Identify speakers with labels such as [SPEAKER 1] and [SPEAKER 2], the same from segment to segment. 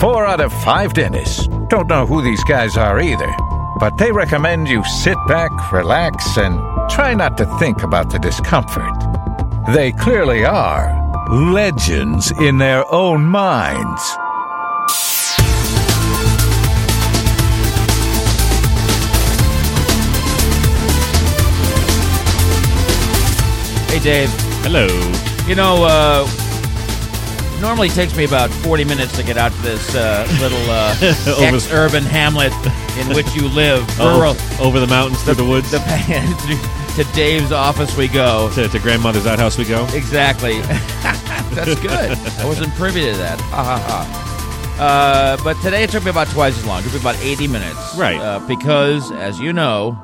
[SPEAKER 1] four out of five dentists. Don't know who these guys are either, but they recommend you sit back, relax, and try not to think about the discomfort. They clearly are legends in their own minds.
[SPEAKER 2] Hey, Dave.
[SPEAKER 3] Hello.
[SPEAKER 2] You know, uh, normally takes me about 40 minutes to get out to this uh, little uh,
[SPEAKER 3] Over-
[SPEAKER 2] ex-urban hamlet in which you live, rural.
[SPEAKER 3] Oh, over the mountains, through the woods,
[SPEAKER 2] The, to Dave's office we go.
[SPEAKER 3] to, to grandmother's outhouse we go.
[SPEAKER 2] Exactly. That's good. I wasn't privy to that. Ha ha ha. Uh, but today it took me about twice as long. It took me about 80 minutes.
[SPEAKER 3] Right.
[SPEAKER 2] Uh, because, as you know,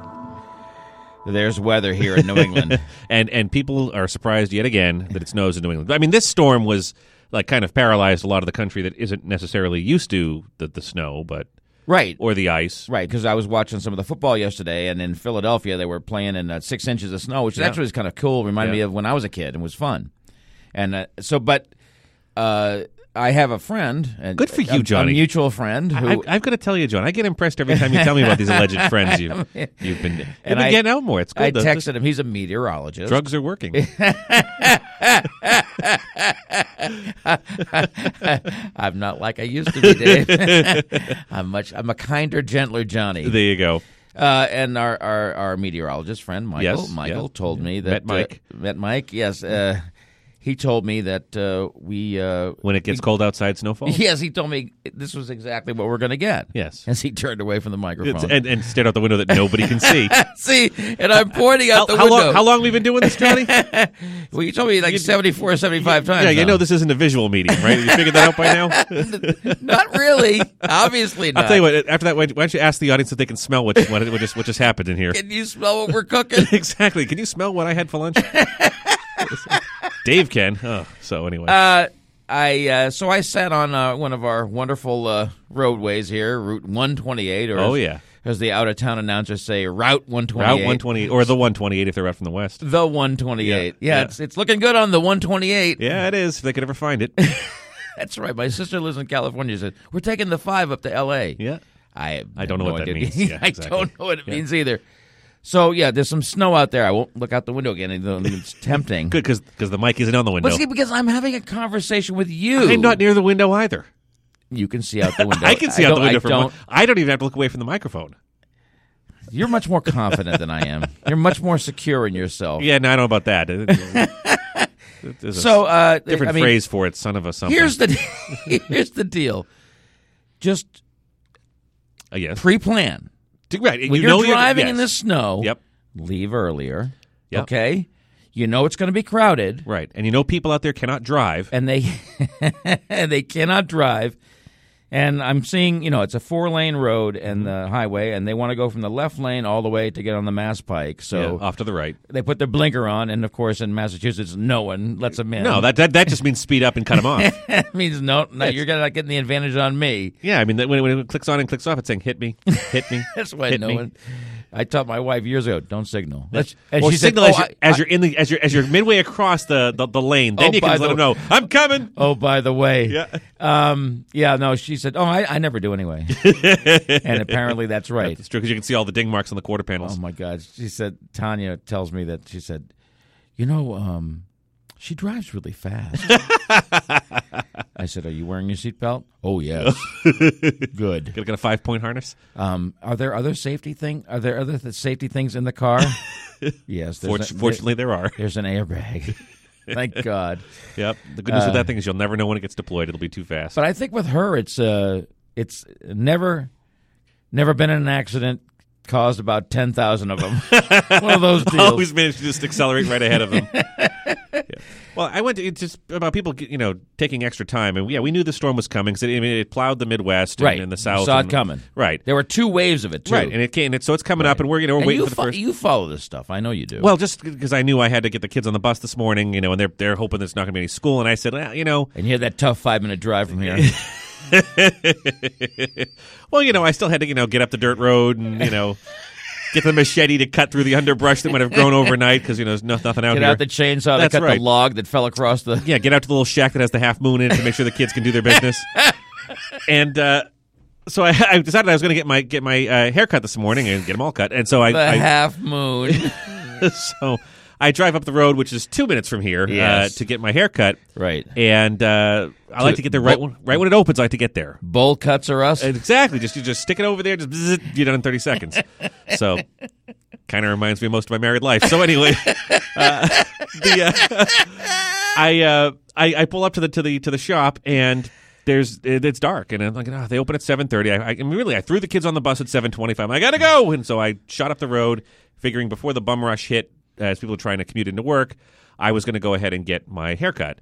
[SPEAKER 2] there's weather here in New England.
[SPEAKER 3] And and people are surprised yet again that it snows in New England. I mean, this storm was like kind of paralyzed a lot of the country that isn't necessarily used to the, the snow, but
[SPEAKER 2] right.
[SPEAKER 3] or the ice.
[SPEAKER 2] Right, because I was watching some of the football yesterday, and in Philadelphia they were playing in uh, six inches of snow, which actually was kind of cool. Reminded me
[SPEAKER 3] Yeah.
[SPEAKER 2] of when I was a kid and was fun. And uh, so, but uh, I have a friend. And
[SPEAKER 3] Good for
[SPEAKER 2] a-
[SPEAKER 3] you,
[SPEAKER 2] a-
[SPEAKER 3] Johnny.
[SPEAKER 2] A mutual friend
[SPEAKER 3] I,
[SPEAKER 2] who.
[SPEAKER 3] I've got to tell you, John, I get impressed every time you tell me about these alleged friends you've you've been, you've been
[SPEAKER 2] I-
[SPEAKER 3] getting out more. It's good.
[SPEAKER 2] I
[SPEAKER 3] The- the
[SPEAKER 2] texted him. He's a meteorologist.
[SPEAKER 3] drugs are working.
[SPEAKER 2] I'm not like I used to be, Dave. I'm much. I'm a kinder, gentler Johnny.
[SPEAKER 3] there you go.
[SPEAKER 2] Uh, and our, our, our meteorologist friend Michael
[SPEAKER 3] Yes,
[SPEAKER 2] Michael
[SPEAKER 3] yeah.
[SPEAKER 2] told me that
[SPEAKER 3] Met Mike.
[SPEAKER 2] uh, met Mike yes uh, he told me that uh, we uh,
[SPEAKER 3] When it gets cold outside, snow falls.
[SPEAKER 2] yes he told me this was exactly what we're going to get
[SPEAKER 3] Yes.
[SPEAKER 2] as he turned away from the
[SPEAKER 3] It's-
[SPEAKER 2] microphone
[SPEAKER 3] and, and stared out the window that nobody can see.
[SPEAKER 2] see and I'm pointing
[SPEAKER 3] how,
[SPEAKER 2] out the
[SPEAKER 3] how
[SPEAKER 2] window
[SPEAKER 3] long? How long we been doing this, Johnny?
[SPEAKER 2] well you told me like 74 75 times
[SPEAKER 3] Yeah, you
[SPEAKER 2] now.
[SPEAKER 3] know this isn't a visual medium, right? You figured that out by now.
[SPEAKER 2] not really obviously not
[SPEAKER 3] I'll tell you what. After that, why why don't you ask the audience if they can smell what what, what just what just happened in here?
[SPEAKER 2] can you smell what we're cooking
[SPEAKER 3] exactly. Can you smell what I had for lunch? Dave can. Oh, so anyway,
[SPEAKER 2] Uh, I uh, so I sat on uh, one of our wonderful uh, roadways here, Route 128. Or
[SPEAKER 3] Oh,
[SPEAKER 2] as,
[SPEAKER 3] yeah.
[SPEAKER 2] as the out of town announcers say, Route 128.
[SPEAKER 3] Route one twenty or the one twenty eight if they're out from the west.
[SPEAKER 2] The 128. Yeah,
[SPEAKER 3] Yeah, yeah.
[SPEAKER 2] It's, it's looking good on the 128.
[SPEAKER 3] Yeah, it is. If they could ever find it.
[SPEAKER 2] That's right. My sister lives in California. She said we're taking the five up to L.A.
[SPEAKER 3] Yeah.
[SPEAKER 2] I
[SPEAKER 3] I don't know
[SPEAKER 2] no
[SPEAKER 3] what that
[SPEAKER 2] idea.
[SPEAKER 3] means. Yeah,
[SPEAKER 2] I
[SPEAKER 3] exactly.
[SPEAKER 2] don't know what it means either. So yeah, there's some snow out there. I won't look out the window again. even though It's tempting.
[SPEAKER 3] Good because the mic isn't on the window.
[SPEAKER 2] But see, because I'm having a conversation with you,
[SPEAKER 3] I'm not near the window either.
[SPEAKER 2] you can see out the window.
[SPEAKER 3] I can see out
[SPEAKER 2] don't-
[SPEAKER 3] the window
[SPEAKER 2] I
[SPEAKER 3] from.
[SPEAKER 2] don't,
[SPEAKER 3] my- I don't even have to look away from the microphone.
[SPEAKER 2] You're much more confident than I am. You're much more secure in yourself.
[SPEAKER 3] Yeah, no, I don't know about that. There's a
[SPEAKER 2] So, uh,
[SPEAKER 3] different
[SPEAKER 2] I mean,
[SPEAKER 3] phrase for it, son of a something.
[SPEAKER 2] Here's the here's the deal. Just
[SPEAKER 3] Uh, yes.
[SPEAKER 2] pre-plan.
[SPEAKER 3] right. and
[SPEAKER 2] When
[SPEAKER 3] you
[SPEAKER 2] you are
[SPEAKER 3] know
[SPEAKER 2] driving in
[SPEAKER 3] yes.
[SPEAKER 2] the snow,
[SPEAKER 3] Yep.
[SPEAKER 2] leave earlier.
[SPEAKER 3] Yep.
[SPEAKER 2] Okay, you know it's going to be crowded,
[SPEAKER 3] Right. And you know people out there cannot drive.
[SPEAKER 2] and they and they cannot drive. And I'm seeing, you know, it's a four lane road and
[SPEAKER 3] Mm-hmm.
[SPEAKER 2] the highway, and they want to go from the left lane all the way to get on the Mass Pike. So
[SPEAKER 3] Yeah, uh, off to the right.
[SPEAKER 2] they put their blinker on, and of course, in Massachusetts, no one lets them in.
[SPEAKER 3] No, that, that that just means speed up and cut them off.
[SPEAKER 2] That means no, no, you're gonna not getting the advantage on me.
[SPEAKER 3] yeah, I mean that when, when it clicks on and clicks off, it's saying hit me, hit me.
[SPEAKER 2] That's why
[SPEAKER 3] hit
[SPEAKER 2] no
[SPEAKER 3] me.
[SPEAKER 2] one. I taught my wife years ago, don't signal. That's-
[SPEAKER 3] or
[SPEAKER 2] said,
[SPEAKER 3] signal
[SPEAKER 2] "Oh,
[SPEAKER 3] as, you're,
[SPEAKER 2] I-
[SPEAKER 3] as you're in the as you're as you're midway across the the, the lane, then
[SPEAKER 2] Oh,
[SPEAKER 3] you
[SPEAKER 2] by
[SPEAKER 3] can just
[SPEAKER 2] the
[SPEAKER 3] let them know I'm coming.
[SPEAKER 2] Oh, by the way,
[SPEAKER 3] Yeah.
[SPEAKER 2] um, yeah, no. She said, "Oh, I, I never do anyway," and apparently that's right.
[SPEAKER 3] It's true because you can see all the ding marks on the quarter
[SPEAKER 2] Oh
[SPEAKER 3] panels.
[SPEAKER 2] my God, she said. Tanya tells me that she said, "You know, um, she drives really fast." I said, "Are you wearing your seatbelt?" Oh yes. Good.
[SPEAKER 3] Gonna get a five point harness.
[SPEAKER 2] Um, are there other safety thing? Are there other th- safety things in the car? yes. there's
[SPEAKER 3] Fort-
[SPEAKER 2] a- there-
[SPEAKER 3] fortunately, there are.
[SPEAKER 2] there's an airbag. Thank God.
[SPEAKER 3] Yep. The good news
[SPEAKER 2] Uh.
[SPEAKER 3] with that thing is you'll never know when it gets deployed. It'll be too fast.
[SPEAKER 2] But I think with her, it's uh, it's never, never been in an accident caused about ten thousand of them. One of those deals.
[SPEAKER 3] always manage to just accelerate right ahead of them. Yeah. Well, I went to it's just about people, you know, taking extra time, and yeah, we knew the storm was coming because it, I mean, it plowed the Midwest and,
[SPEAKER 2] Right.
[SPEAKER 3] and
[SPEAKER 2] You
[SPEAKER 3] the South.
[SPEAKER 2] saw it
[SPEAKER 3] and-
[SPEAKER 2] coming.
[SPEAKER 3] right?
[SPEAKER 2] There were two waves of it too.
[SPEAKER 3] Right, and it came, and it, so it's coming up, and we're you know we're
[SPEAKER 2] And
[SPEAKER 3] waiting
[SPEAKER 2] you,
[SPEAKER 3] for the
[SPEAKER 2] fo-
[SPEAKER 3] first.
[SPEAKER 2] you follow this stuff. I know you do.
[SPEAKER 3] Well, just because I knew I had to get the kids on the bus this morning, you know, and they're they're hoping there's not going to be any school, and I said, well, you know,
[SPEAKER 2] and you had that tough five minute drive from here.
[SPEAKER 3] well, you know, I still had to you know get up the dirt road and you know. Get the machete to cut through the underbrush that might have grown overnight because you know there's no, nothing out
[SPEAKER 2] Get
[SPEAKER 3] here.
[SPEAKER 2] out the chainsaw to
[SPEAKER 3] That's
[SPEAKER 2] cut
[SPEAKER 3] right.
[SPEAKER 2] the log that fell across the.
[SPEAKER 3] yeah, get out to the little shack that has the half moon in it to make sure the kids can do their business. and uh, so I, I decided I was going to get my get my uh, haircut this morning and get them all cut. And so I,
[SPEAKER 2] the
[SPEAKER 3] I
[SPEAKER 2] half moon.
[SPEAKER 3] so I drive up the road, which is two minutes from here,
[SPEAKER 2] Yes.
[SPEAKER 3] uh, to get my haircut.
[SPEAKER 2] right.
[SPEAKER 3] And uh, I like to get there right when, right when it opens. I like to get there
[SPEAKER 2] Bowl cuts are us.
[SPEAKER 3] exactly. Just you just stick it over there. Just bzzz, you're done in 30 seconds. So kind of reminds me of most of my married life. So anyway, uh, the, uh, I, uh, I I pull up to the to the to the shop and. There's it- it's dark and I'm like oh, they open at 7:30. I, I and really I threw the kids on the bus at 7:25. I gotta go and so I shot up the road, figuring before the bum rush hit, as people were trying to commute into work, I was gonna go ahead and get my haircut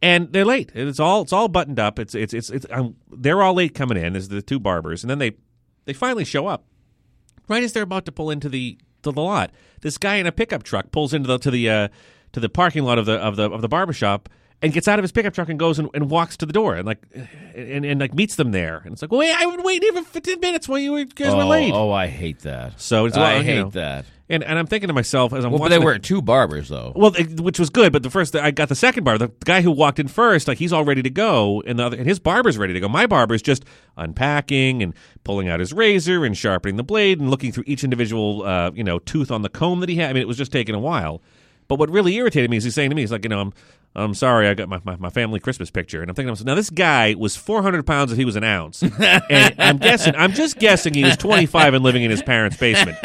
[SPEAKER 3] and they're late. It's all it's all buttoned up. It's it's it's, it's um they're all late coming in. Is the two barbers, and then they they finally show up right as they're about to pull into the to the lot. This guy in a pickup truck pulls into the to the uh, to the parking lot of the of the of the barber shop and gets out of his pickup truck and goes and, and walks to the door and like and, and like meets them there. And it's like, wait, I've been waiting here for fifteen minutes while you guys were
[SPEAKER 2] oh,
[SPEAKER 3] late.
[SPEAKER 2] oh, I hate that.
[SPEAKER 3] So it's
[SPEAKER 2] I
[SPEAKER 3] well, you
[SPEAKER 2] hate
[SPEAKER 3] know.
[SPEAKER 2] that.
[SPEAKER 3] And and I'm thinking to myself as I'm
[SPEAKER 2] Well, but
[SPEAKER 3] watching
[SPEAKER 2] they
[SPEAKER 3] the-
[SPEAKER 2] were two barbers though.
[SPEAKER 3] well, it, which was good, but the first I got the second barber, the guy who walked in first, like he's all ready to go, and the other, and his barber's ready to go. My barber's just unpacking and pulling out his razor and sharpening the blade and looking through each individual, uh, you know, tooth on the comb that he had. I mean, it was just taking a while. But what really irritated me is he's saying to me, he's like, you know, I'm, I'm sorry, I got my, my, my family Christmas picture, and I'm thinking, to myself, now this guy was 400 pounds if he was an ounce, and I'm guessing, I'm just guessing he was 25 and living in his parents' basement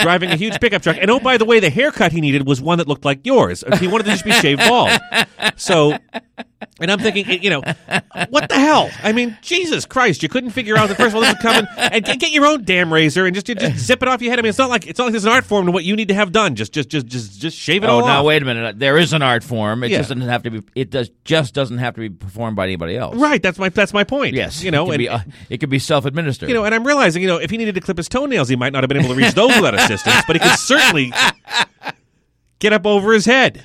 [SPEAKER 3] driving a huge pickup truck. And oh, by the way, the haircut he needed was one that looked like yours. He wanted to just be shaved bald. So, and I'm thinking, you know, what the hell? I mean, Jesus Christ, you couldn't figure out that first of all this was coming, and get, get your own damn razor and just, just zip it off your head. I mean, it's not like it's not like there's an art form to what you need to have done. Just just just just just shave it
[SPEAKER 2] Oh,
[SPEAKER 3] all
[SPEAKER 2] now
[SPEAKER 3] off.
[SPEAKER 2] wait a minute. There is an art form. It
[SPEAKER 3] Yeah.
[SPEAKER 2] just doesn't have to be. It does just doesn't have to be performed by anybody else.
[SPEAKER 3] Right, that's my that's my point.
[SPEAKER 2] Yes.
[SPEAKER 3] you know,
[SPEAKER 2] it could
[SPEAKER 3] and,
[SPEAKER 2] be, uh, it could be self-administered.
[SPEAKER 3] You know, and I'm realizing, you know, if he needed to clip his toenails, he might not have been able to reach those without assistance, but he could certainly get up over his head.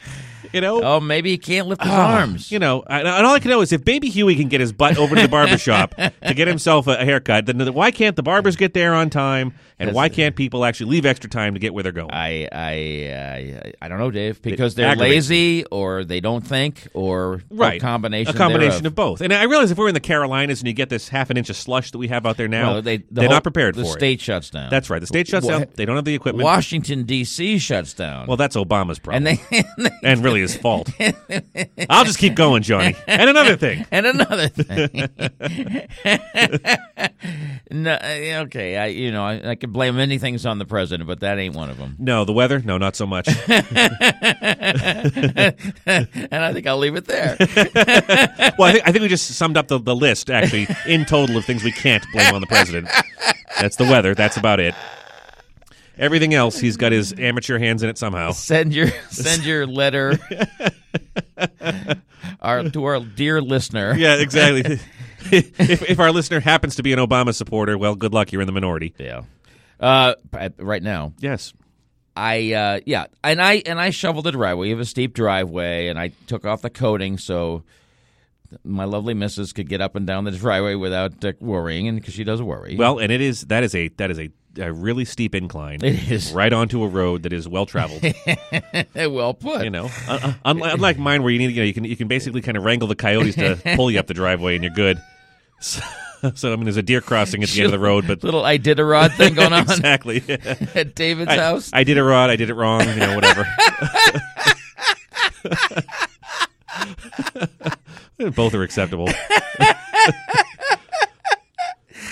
[SPEAKER 3] You know,
[SPEAKER 2] oh, maybe he can't lift his
[SPEAKER 3] Ah,
[SPEAKER 2] arms.
[SPEAKER 3] You know, and and all I can know is if Baby Huey can get his butt over to the barber shop to get himself a a haircut, then why can't the barbers get there on time? And why can't people actually leave extra time to get where they're going?
[SPEAKER 2] I I uh, I, I don't know, Dave, because they're
[SPEAKER 3] aggravates
[SPEAKER 2] lazy or they don't think or
[SPEAKER 3] Right,
[SPEAKER 2] a combination
[SPEAKER 3] a combination
[SPEAKER 2] thereof.
[SPEAKER 3] of both. And I realize if we're in the Carolinas and you get this half an inch of slush that we have out there now,
[SPEAKER 2] Well, they, the
[SPEAKER 3] are
[SPEAKER 2] whole-
[SPEAKER 3] not prepared
[SPEAKER 2] the
[SPEAKER 3] for it.
[SPEAKER 2] state shuts down.
[SPEAKER 3] That's right. The state shuts
[SPEAKER 2] Wa-
[SPEAKER 3] down. They don't have the equipment.
[SPEAKER 2] Washington D.C. shuts down.
[SPEAKER 3] Well, that's Obama's problem,
[SPEAKER 2] and they
[SPEAKER 3] and really his fault. I'll just keep going, Johnny. And another thing,
[SPEAKER 2] and another thing. no, eh, okay, I you know I, I can blame many things on the president, but that ain't one of them.
[SPEAKER 3] no, the weather, no, not so much.
[SPEAKER 2] And I think I'll leave it there.
[SPEAKER 3] Well, I think, I think we just summed up the, the list, actually, in total of things we can't blame on the president. That's the weather. That's about it. Everything else, he's got his amateur hands in it somehow.
[SPEAKER 2] send your send your letter. Our, to our dear listener,
[SPEAKER 3] Yeah, exactly. if, if our listener happens to be an Obama supporter, well, good luck. You're in the minority.
[SPEAKER 2] Yeah. Uh, p- right now,
[SPEAKER 3] Yes.
[SPEAKER 2] I uh, yeah, and I and I shoveled the driveway. You have a steep driveway, and I took off the coating so my lovely missus could get up and down the driveway without uh, worrying, and because she does worry.
[SPEAKER 3] Well, and it is that is a that is a, a really steep incline.
[SPEAKER 2] It is.
[SPEAKER 3] right onto a road that is well traveled.
[SPEAKER 2] well put.
[SPEAKER 3] You know, Un- un- unlike, unlike mine, where you need you know you can you can basically kind of wrangle the coyotes to pull you up the driveway and you're good. So, so I mean, there's a deer crossing at the end of the road, but
[SPEAKER 2] Little Iditarod thing going on
[SPEAKER 3] exactly.
[SPEAKER 2] at David's
[SPEAKER 3] I,
[SPEAKER 2] house.
[SPEAKER 3] I did it wrong. I did it wrong. You know, whatever. Both are acceptable.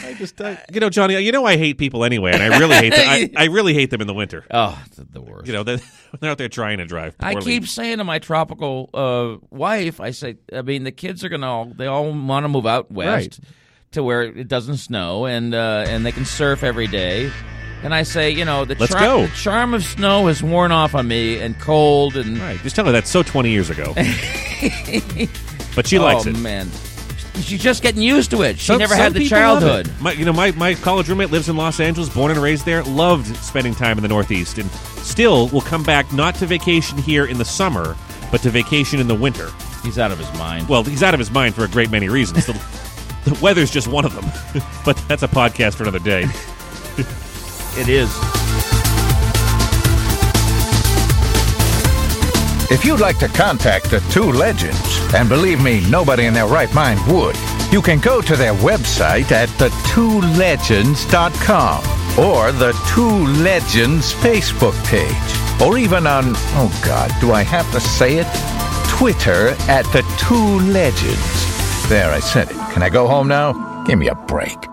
[SPEAKER 3] I just, I, you know, Johnny, you know, I hate people anyway, and I really hate them. I, I really hate them in the winter.
[SPEAKER 2] oh, it's the worst.
[SPEAKER 3] You know, they're, they're out there trying to drive.
[SPEAKER 2] I
[SPEAKER 3] poorly.
[SPEAKER 2] keep saying to my tropical uh, wife, I say, I mean, the kids are gonna all they all want to move out west
[SPEAKER 3] Right.
[SPEAKER 2] to where it doesn't snow and uh, and they can surf every day. And I say, you know, the,
[SPEAKER 3] Let's
[SPEAKER 2] charm-
[SPEAKER 3] go.
[SPEAKER 2] the charm of snow has worn off on me, and cold and
[SPEAKER 3] Right. Just tell her that's so 20 years ago. but she likes
[SPEAKER 2] oh
[SPEAKER 3] it.
[SPEAKER 2] man, she's just getting used to it. She
[SPEAKER 3] Some-
[SPEAKER 2] never
[SPEAKER 3] some
[SPEAKER 2] had the
[SPEAKER 3] people love it.
[SPEAKER 2] childhood.
[SPEAKER 3] My, you know, my, my college roommate lives in Los Angeles, born and raised there, loved spending time in the Northeast, and still will come back not to vacation here in the summer, but to vacation in the winter.
[SPEAKER 2] He's out of his mind.
[SPEAKER 3] Well, he's out of his mind for a great many reasons. The, the weather's just one of them. but that's a podcast for another day.
[SPEAKER 2] it is.
[SPEAKER 1] If you'd like to contact the two legends, and believe me, nobody in their right mind would, You can go to their website at thetwolegends.com or the Two Legends Facebook page or even on, oh God, do I have to say it? Twitter at the Two Legends. There, I said it. Can I go home now? Give me a break.